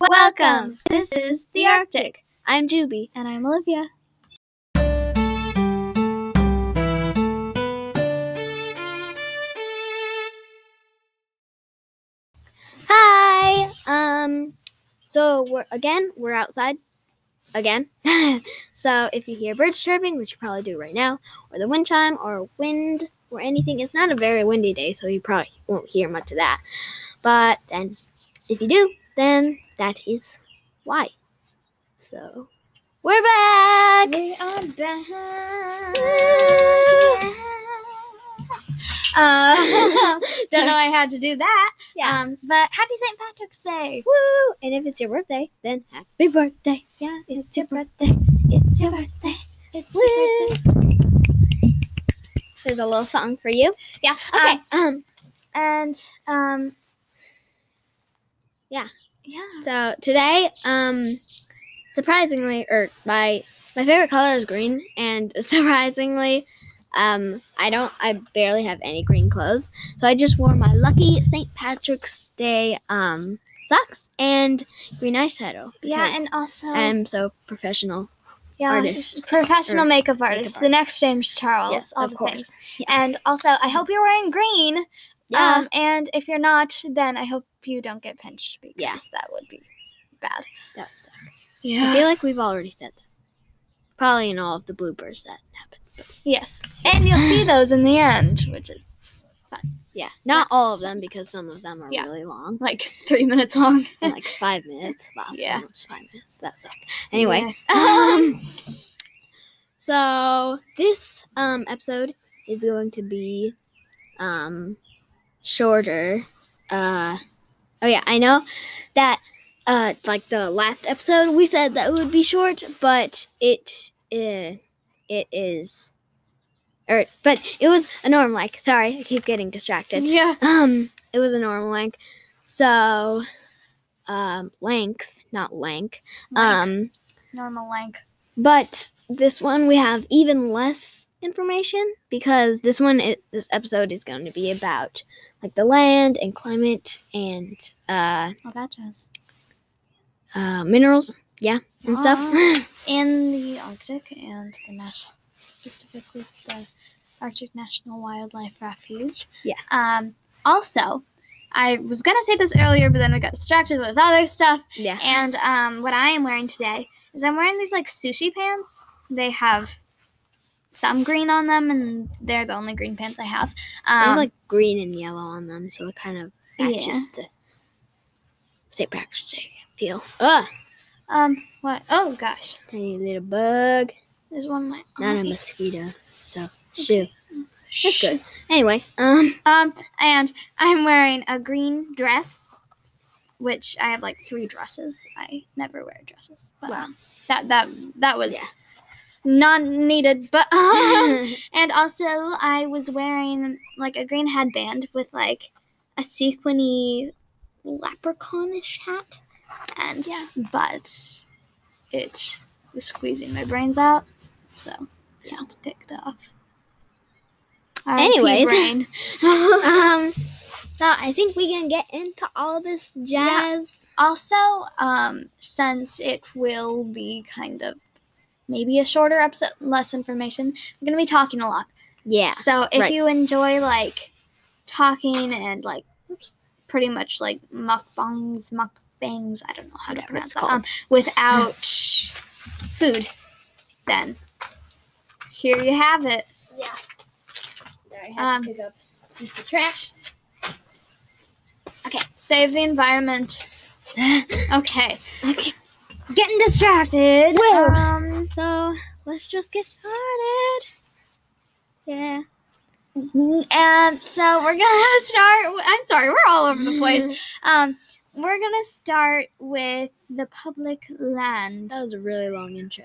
Welcome! This is The Arctic. I'm Juby. And I'm Olivia. Hi! Um, so we're again, we're outside. Again. so if you hear birds chirping, which you probably do right now, or the wind chime, or wind, or anything, it's not a very windy day, so you probably won't hear much of that. But then, if you do, then that is why. So, we're back! We are back. Uh, don't know I had to do that. Yeah. Um, but happy St. Patrick's Day. Woo! And if it's your birthday, then happy birthday. Yeah, it's your birthday. It's your birthday. It's your Woo! birthday. There's a little song for you. Yeah. Okay. Okay. Um, and um, Yeah. yeah. So today, um, surprisingly, or my my favorite color is green, and surprisingly, um, I don't, I barely have any green clothes, so I just wore my lucky St. Patrick's Day um socks and green eyeshadow. Yeah, because and um, also I'm so professional. yeah, artist. it's professional Or makeup artist. The artist. next James Charles. Yes, all of the course. things. And also, I hope you're wearing green. yeah, Um, and if you're not, then I hope you don't get pinched because Yeah. that would be bad. that's. I feel like we've already said that. Probably in all of the bloopers that happened. Yes. And you'll see those in the end, which is Yeah, not all of them because some of them are Yeah. really long, like three minutes long. and like five minutes. Last Yeah. one was five minutes. That sucked. Anyway, Yeah. um, so this um episode is going to be um shorter. Uh oh yeah, I know that uh like the last episode we said that it would be short, but it uh, it is or but it was a norm like sorry, I keep getting distracted yeah. um it was a normal length so um length not lank um normal length. but this one we have even less information because this one is, this episode is going to be about like the land and climate and uh, Well, Oh, that does. uh minerals and stuff in the Arctic and the national, specifically the Arctic National Wildlife Refuge. Yeah. Um, also, I was gonna say this earlier, but then we got distracted with other stuff. yeah And um, what I am wearing today is I'm wearing these like sushi pants. They have some green on them, and they're the only green pants I have. they Um, have like green and yellow on them so it kind of matches Yeah. the St. Patrick's Day feel ah um, what? Oh gosh, tiny little bug there's one on my not a eye. mosquito so shoo Shh. that's good anyway um Um, and I'm wearing a green dress, which I have like three dresses. I never wear dresses, but Wow. um, that that that was Yeah. not needed. But um, um, and also I was wearing like a green headband with like a sequiny leprechaunish hat, and Yeah. but it was squeezing my brains out, so yeah, I picked it off. R.I.P. Anyways. brain. um, so I think we can get into all this jazz. Also, um, since it will be kind of maybe a shorter episode, less information, we're going to be talking a lot. Yeah. So if right. you enjoy like talking and like oops, pretty much like mukbangs, mukbangs, I don't know how to Whatever pronounce it's that, called. um, without food, then here you have it. Yeah. Sorry, I had to pick up the trash. Okay, save the environment. Okay, okay. getting distracted. Whoa. Um, So let's just get started. Yeah. Um, so we're gonna start. w- I'm sorry, we're all over the place. Mm. Um, we're gonna start with the public land. That was a really long intro.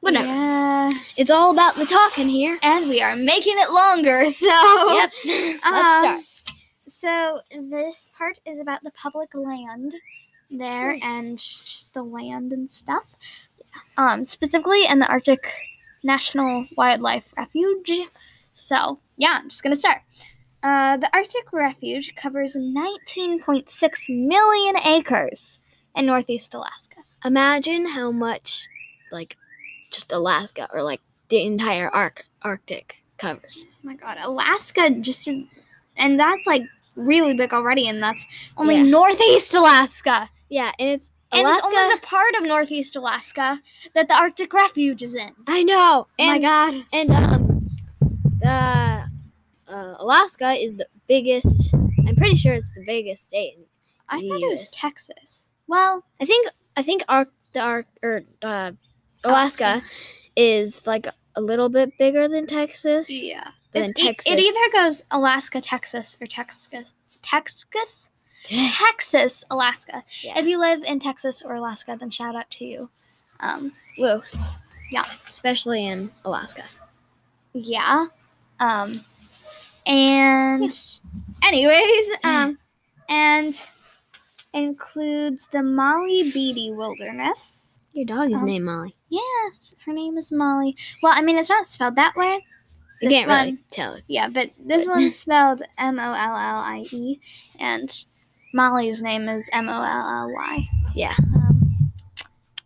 Whatever. Yeah. It's all about the talking here. And we are making it longer, so. Yep. Um, let's start. So this part is about the public land there Nice. and just the land and stuff. Um, specifically in the Arctic National Wildlife Refuge. So yeah, I'm just gonna start. Uh, the Arctic Refuge covers 19.6 million acres, in Northeast Alaska. Imagine how much, like, just Alaska or like the entire arc Arctic covers. Oh my God, Alaska just, is- and that's like really big already, and that's only Yeah. Northeast Alaska. Yeah, and it's And Alaska. it's only the part of Northeast Alaska that the Arctic Refuge is in. I know. Oh my And God. and um, the uh, Alaska is the biggest. I'm pretty sure it's the biggest state. I thought it was Yes. Texas. Well, I think I think Arc the Arc or uh, Alaska, is like a little bit bigger than Texas. yeah. But then It's e- Texas. It either goes Alaska, Texas, or Texas, Texas, Texas, Alaska. Yeah. If you live in Texas or Alaska, then shout out to you. Um, Whoa. Yeah. Especially in Alaska. yeah. Um, and anyways, um, and includes the Molly Beatty Wilderness. Your dog is Um, named Molly. Yes, her name is Molly. Well, I mean, it's not spelled that way. You this can't really tell. Yeah, but this one's spelled M O L L I E, and Molly's name is M O L L Y. Yeah. Um,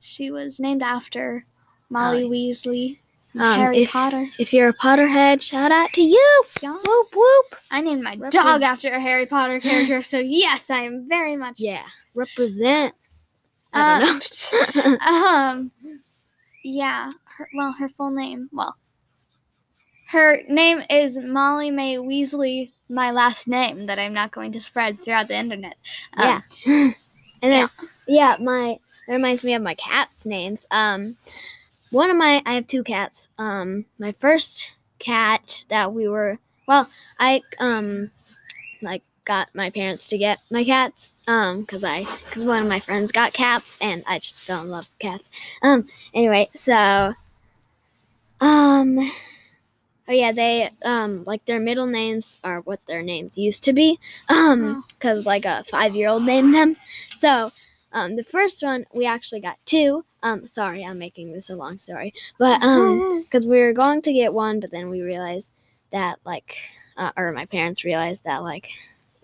she was named after Molly Weasley, from Oh, Um, Harry if- Potter. If you're a Potterhead, shout out to you. Yeah. Whoop whoop. I named my dog Represent- after a Harry Potter character, so yes, I am very much. Yeah. Uh, Represent. I don't know. Um, yeah. Her, well, her full name. Well, her name is Molly Mae Weasley. My last name that I'm not going to spread throughout the internet. Um, yeah. and then yeah. my that reminds me of my cat's names. Um one of my I have two cats. Um my first cat that we were well, I um like got my parents to get my cats um cuz I cuz one of my friends got cats and I just fell in love with cats. Um anyway, so um Oh yeah, they um like their middle names are what their names used to be. Um cuz like a 5-year-old named them. So, um the first one we actually got two. Um sorry, I'm making this a long story. But um cuz we were going to get one, but then we realized that like uh, or my parents realized that like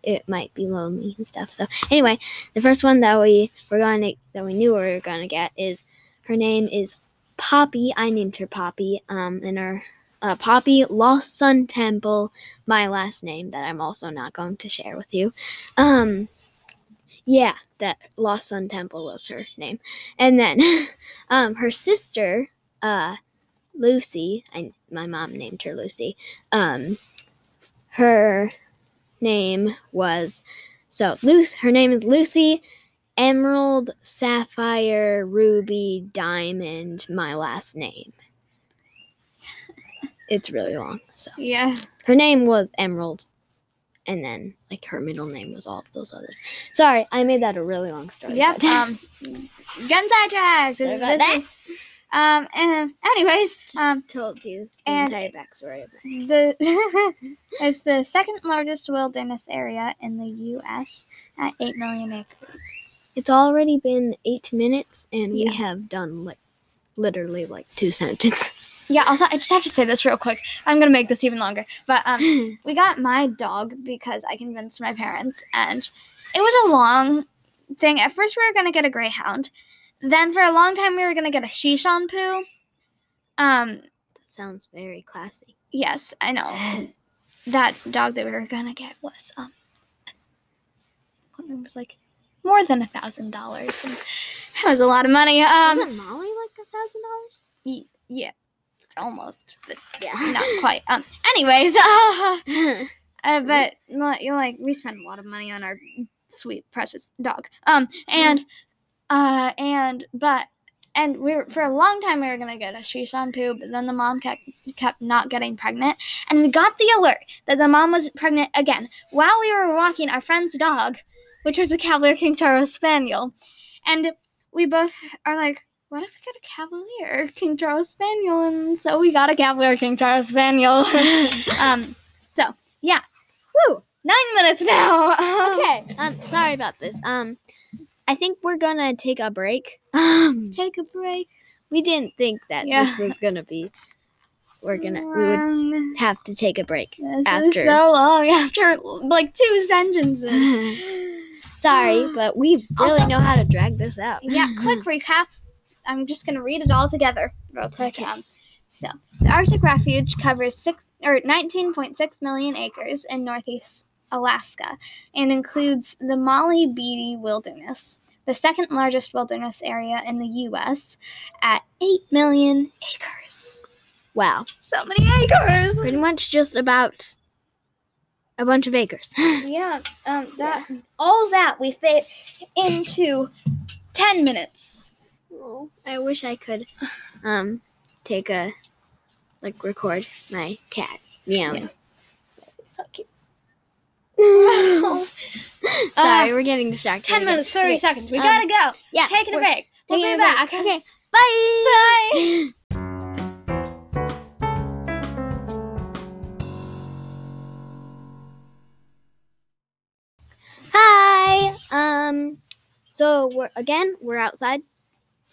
it might be lonely and stuff. So, anyway, the first one that we were going to that we knew we were going to get is her name is Poppy. I named her Poppy. Um and her uh, Poppy, Lost Sun Temple, my last name that I'm also not going to share with you. Um, yeah, that Lost Sun Temple was her name, and then um, her sister, uh, Lucy. I, my mom named her Lucy. Um, her name was so Luce. Her name is Lucy. Emerald, sapphire, ruby, diamond, my last name. It's really long. So yeah. her name was Emerald, and then like her middle name was all of those others. Sorry, I made that a really long story. Yep. but- Um, gun sidetracks. Sorry This, about this that. is, um, and anyways, Just um, told you the and entire backstory of it. the it's the second largest wilderness area in the U.S. at eight million acres. It's already been eight minutes, and Yeah. we have done like literally like two sentences. Yeah. Also, I just have to say this real quick. I'm gonna make this even longer. But um, we got my dog because I convinced my parents, and it was a long thing. At first, we were gonna get a greyhound. Then, for a long time, we were gonna get a Shishan poo. Um, sounds very classy. Yes, I know. that dog that we were gonna get was um it was like more than a thousand dollars. and That was a lot of money. Um Wasn't Molly like a thousand dollars? y- yeah. Almost, but Yeah. not quite. Um anyways, uh, No. uh, but li- you know, like we spent a lot of money on our sweet precious dog. Um and uh and but and we were, for a long time we were gonna get a Shishan poo, but then the mom kept kept not getting pregnant, and we got the alert that the mom was pregnant again while we were walking our friend's dog, which was a Cavalier King Charles Spaniel, and we both are like. What if we got a Cavalier King Charles Spaniel? And so we got a Cavalier King Charles Spaniel. um, so yeah, woo, nine minutes now. Um, okay. Um, sorry about this. Um, I think we're gonna take a break. Um, take a break. we didn't think that Yeah. this was gonna be. We're gonna. We would Um, have to take a break. This after- is so long after like two sentences. Sorry, but we really Also- know how to drag this out. Yeah, quick recap. I'm just going to read it all together real quick. Um, so, the Arctic Refuge covers six or 19.6 million acres in northeast Alaska and includes the Molly Beatty Wilderness, the second largest wilderness area in the U.S., at 8 million acres. Wow. So many acres! Pretty much just about a bunch of acres. Yeah, um, that all that we fit into 10 minutes. Oh, I wish I could um take a like record my cat meowing. So cute. Sorry, we're getting distracted. 10 again. Uh, minutes, 30 Okay, seconds. We Um, gotta go. Yeah. Taking a we're break. We'll taking be a back. break. Okay. Okay. Bye. Bye. Hi. Um. So we're again we're outside,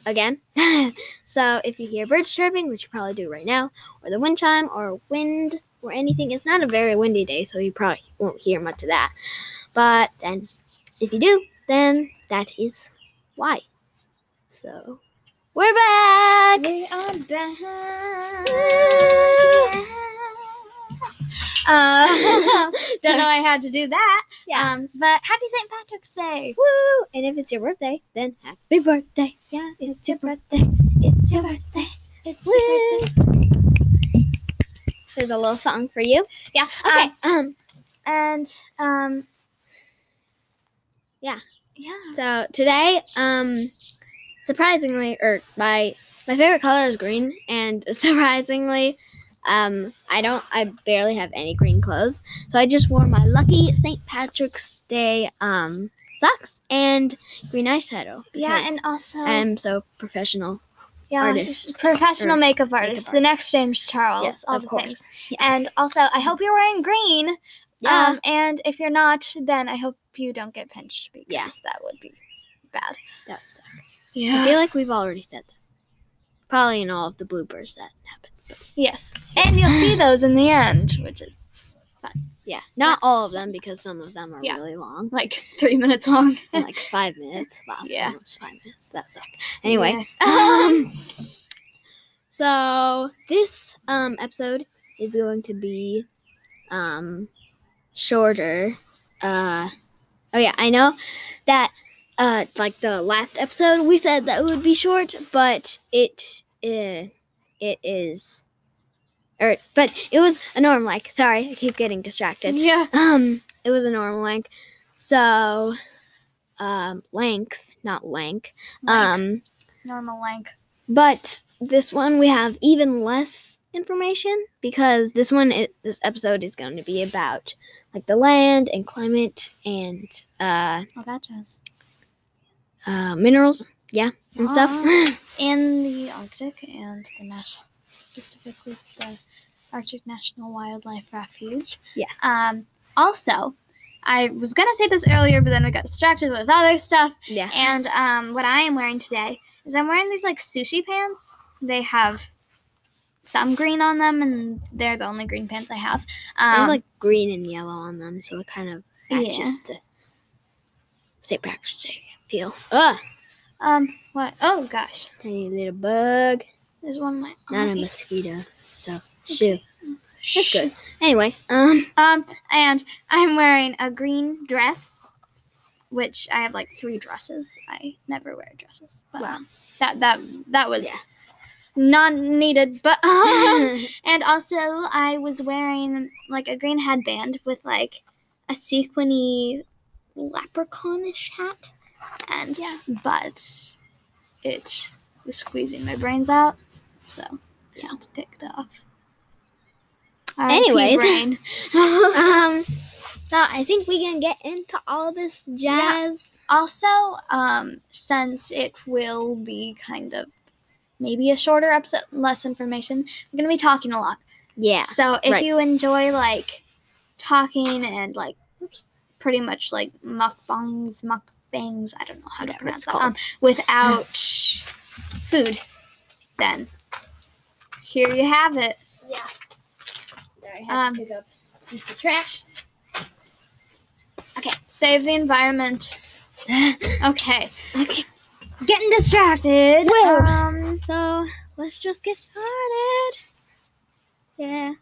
again. so if you hear birds chirping, which you probably do right now, or the wind chime, or wind, or anything, it's not a very windy day, so you probably won't hear much of that. But then, if you do, then that is why. So we're back. We are back. Uh, don't know I had to do that. Yeah. Um, but happy St. Patrick's Day. Woo! And if it's your birthday, then happy birthday. Yeah, It's your birthday. It's your birthday. it's Woo! There's a little song for you. Yeah. Okay. Okay. Um. and um, Yeah. yeah. So today, um, surprisingly, or my my favorite color is green, and surprisingly, um, I don't, I barely have any green clothes, so I just wore my lucky St. Patrick's Day um socks and green eyeshadow. Yeah, because and also I'm so professional. yeah, artist. professional Or makeup makeup artist. The next James Charles, Yes, all of the course. things. Yes. And also, I hope you're wearing green. yeah, Um, and if you're not, then I hope you don't get pinched because Yeah. that would be bad. that's I Yeah. feel like we've already said that. Probably in all of the bloopers that happened. Yes. And you'll see those in the end, which is Yeah, not all of them because some of them are Yeah. really long, like three minutes long. and, like five minutes. Last Yeah. one was five minutes. That sucked. Anyway, Yeah. um, so this um episode is going to be um shorter. Uh, oh yeah, I know that uh like the last episode we said that it would be short, but it uh, it is. Or, but it was a norm like. Sorry, I keep getting distracted yeah. um it was a normal length so um length not lank, Like, um normal length. but this one we have even less information because this one i this episode is going to be about like the land and climate and uh, Well, that does. uh minerals yeah and stuff In the Arctic and the national, specifically the Arctic National Wildlife Refuge. Yeah. Um. Also, I was gonna say this earlier, but then we got distracted with other stuff. yeah And um, what I am wearing today is I'm wearing these like sushi pants. They have some green on them, and they're the only green pants I have. They have, Um, like green and yellow on them so it kind of matches Yeah. the St. Patrick's Day feel. Ugh, um, what? Oh gosh, tiny little bug. there's one on my not a eye. mosquito. So shoo. That's good. Anyway, um, Um, and I'm wearing a green dress, which I have like three dresses. I never wear dresses, but Wow. um, that that that was Yeah. not needed. But um, yeah, And also, I was wearing like a green headband with like a sequiny leprechaunish hat, and but it was squeezing my brains out, so yeah, I picked off. R.I.P. Anyways. brain. um, so I think we can get into all this jazz. also, um, since it will be kind of maybe a shorter episode, less information, we're gonna be talking a lot. Yeah, So if right. you enjoy like talking and like oops, pretty much like mukbangs, mukbangs, I don't know how to Whatever pronounce it's that, called. um, without food, then here you have it. yeah. Sorry, had to pick up the trash. Okay, save the environment. Okay. Okay. Getting distracted. Where? Um, So let's just get started. Yeah.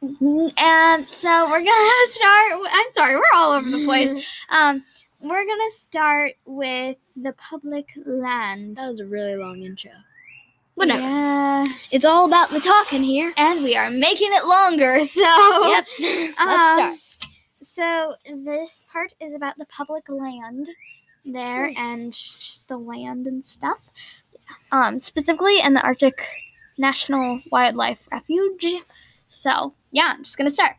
and Um, so we're gonna start. I'm sorry, we're all over the place. Um, we're gonna start with the public land. That was a really long intro. Oh, Whatever. Yeah. It's all about the talking here. And we are making it longer, so Yep. Let's start. Um, So this part is about the public land there Nice. and just the land and stuff. Um, specifically in the Arctic National Wildlife Refuge. So yeah, I'm just gonna start.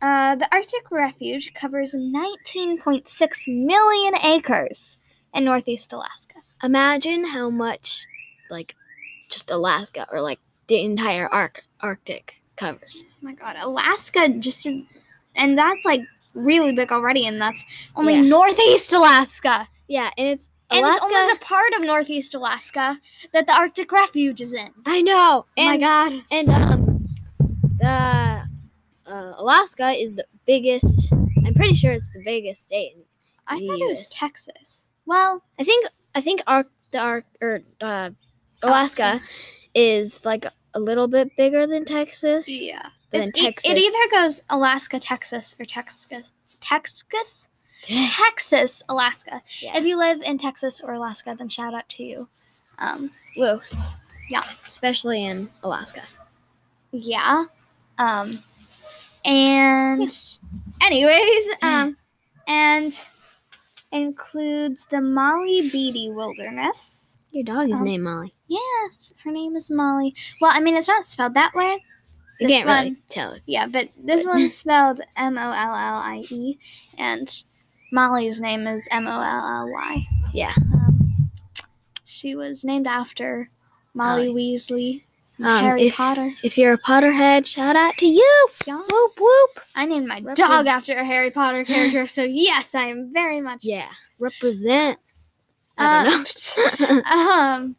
Uh, the Arctic Refuge covers 19.6 million acres in northeast Alaska. Imagine how much, like, just Alaska or like the entire arc Arctic covers. Oh my god, Alaska just is- and that's like really big already, and that's only Yeah. northeast Alaska. Yeah, and it's And Alaska. it's only the part of northeast Alaska that the Arctic Refuge is in. I know. Oh my And god. and um, the uh, Alaska is the biggest. I'm pretty sure it's the biggest state. I thought it was yes. Texas. Well, I think I think Arc the Arc or uh, Alaska is like a little bit bigger than Texas. yeah. But It's then e- Texas. it either goes Alaska, Texas, or Texas. Texas? Texas, Alaska. Yeah. If you live in Texas or Alaska, then shout out to you. Um, Whoa. Yeah. Especially in Alaska. yeah. Um, and anyways, um, and includes the Molly Beatty Wilderness. Your dog is Um, named Molly. Yes, her name is Molly. Well, I mean, it's not spelled that way. You this can't really one- tell. it. Yeah, but this But- one's spelled M O L L I E, and Molly's name is M O L L Y. Yeah. Um, she was named after Molly Weasley, from Um, Harry if- Potter. If you're a Potterhead, shout out to you. Yeah. Whoop whoop. I named my dog Represent- after a Harry Potter character, so yes, I am very much. Yeah. Represent. I Uh, don't know. Um,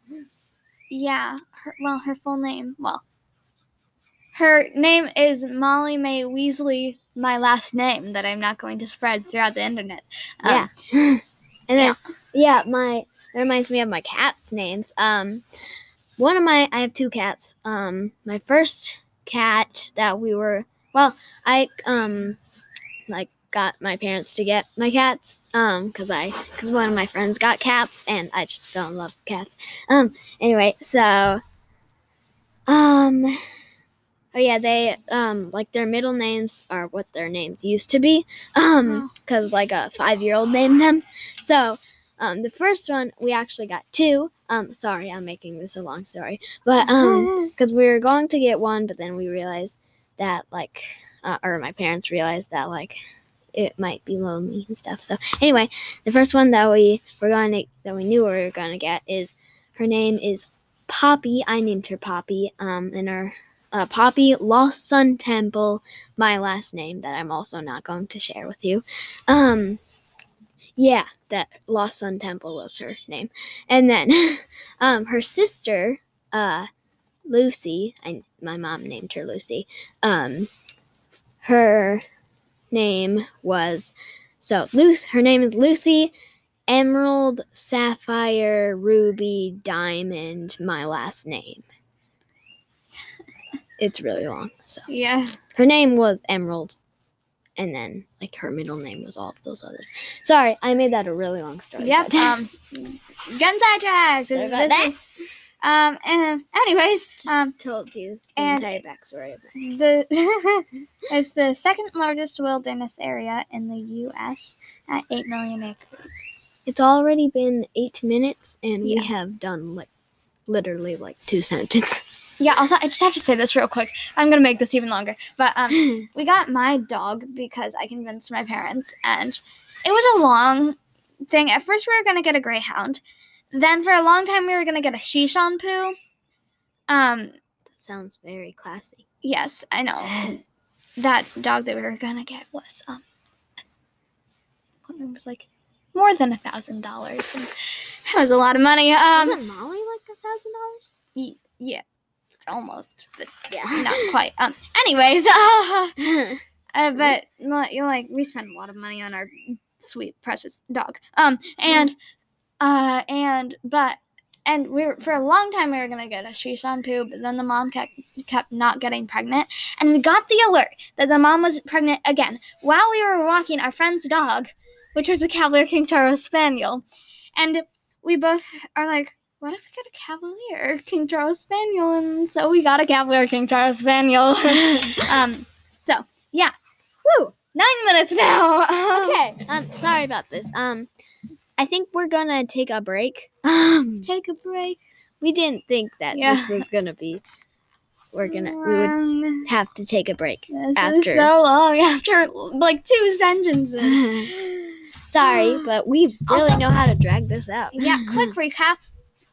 yeah. Her, well, her full name. Well, her name is Molly Mae Weasley. My last name that I'm not going to spread throughout the internet. Um, yeah. and then yeah. my that reminds me of my cat's names. Um one of my I have two cats. Um my first cat that we were well, I um like got my parents to get my cats um cuz I cuz one of my friends got cats and I just fell in love with cats. Um anyway, so um Oh yeah, they um like their middle names are what their names used to be. Um cuz like a 5-year-old named them. So, um the first one we actually got two. Um sorry, I'm making this a long story. But um cuz we were going to get one, but then we realized that like uh, or my parents realized that like it might be lonely and stuff. So anyway, the first one that we were going to that we knew we were going to get is her name is Poppy. I named her Poppy. Um, and her uh, Poppy Lost Sun Temple, my last name that I'm also not going to share with you. Um, yeah, that Lost Sun Temple was her name, and then um, her sister, uh, Lucy. I, my mom named her Lucy. Um, her name was so Luce. Her name is Lucy. Emerald, sapphire, ruby, diamond, my last name. It's really long. So yeah. her name was Emerald, and then like her middle name was all of those others. Sorry, I made that a really long story. Yep. but- Um, gun sidetracks. Sorry This, about that. this is, um. And anyways, just um, told you the and- entire backstory of that. the it's the second largest wilderness area in the U.S. at eight million acres. It's already been eight minutes, and Yeah. we have done like literally like two sentences. Yeah. Also, I just have to say this real quick. I'm gonna make this even longer. But um, we got my dog because I convinced my parents, and it was a long thing. At first, we were gonna get a greyhound. Then, for a long time, we were gonna get a Shishan poo. Um, Sounds very classy. Yes, I know. that dog that we were gonna get was um it was like more than a thousand dollars. and That was a lot of money. Um Isn't Molly like a thousand dollars? y- yeah. Almost, but Yeah. not quite. Um anyways, uh, No. uh, but li- you know, like we spent a lot of money on our sweet precious dog. Um and uh and but and we were, for a long time we were gonna go to Shishan too, but then the mom kept kept not getting pregnant, and we got the alert that the mom was pregnant again while we were walking our friend's dog, which was a Cavalier King Charles Spaniel, and we both are like, what if we get a Cavalier King Charles Spaniel? And so we got a Cavalier King Charles Spaniel. um, so yeah, woo, nine minutes now. Um, Okay. Um, sorry about this. Um, I think we're gonna take a break. Um, take a break. we didn't think that this was gonna be. We're gonna. We would Um, have to take a break. This is after. so long after like two sentences. Sorry, but we really Also- know how to drag this out. yeah, quick recap.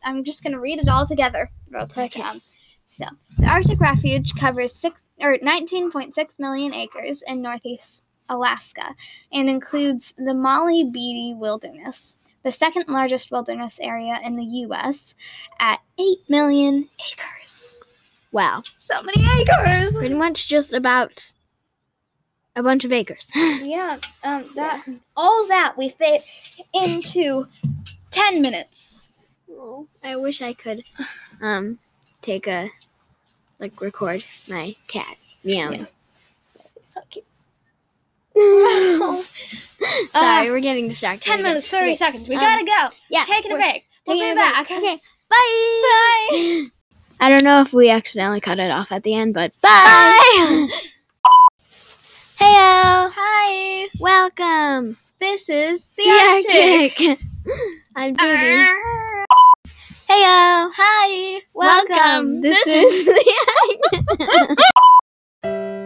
I'm just gonna read it all together real quick. Um, so the Arctic Refuge covers six or 19.6 million acres in northeast Alaska and includes the Molly Beatty Wilderness, the second largest wilderness area in the U.S. at 8 million acres. Wow. So many acres. Pretty much just about a bunch of acres. yeah, um, that all that we fit into ten minutes. Oh, I wish I could um take a like record my cat meowing. So cute. Uh, Sorry, we're getting distracted. Ah, ten again. minutes, thirty Okay, seconds. We um, gotta go. Yeah. taking a we're break. We'll taking be a back. break. Okay. Bye. Bye. I don't know if we accidentally cut it off at the end, but bye. Heyo. Hi. Welcome. This is the, Arctic. The Arctic. I'm Judy. Arr. Heyo. Hi. Welcome. This, is the Arctic.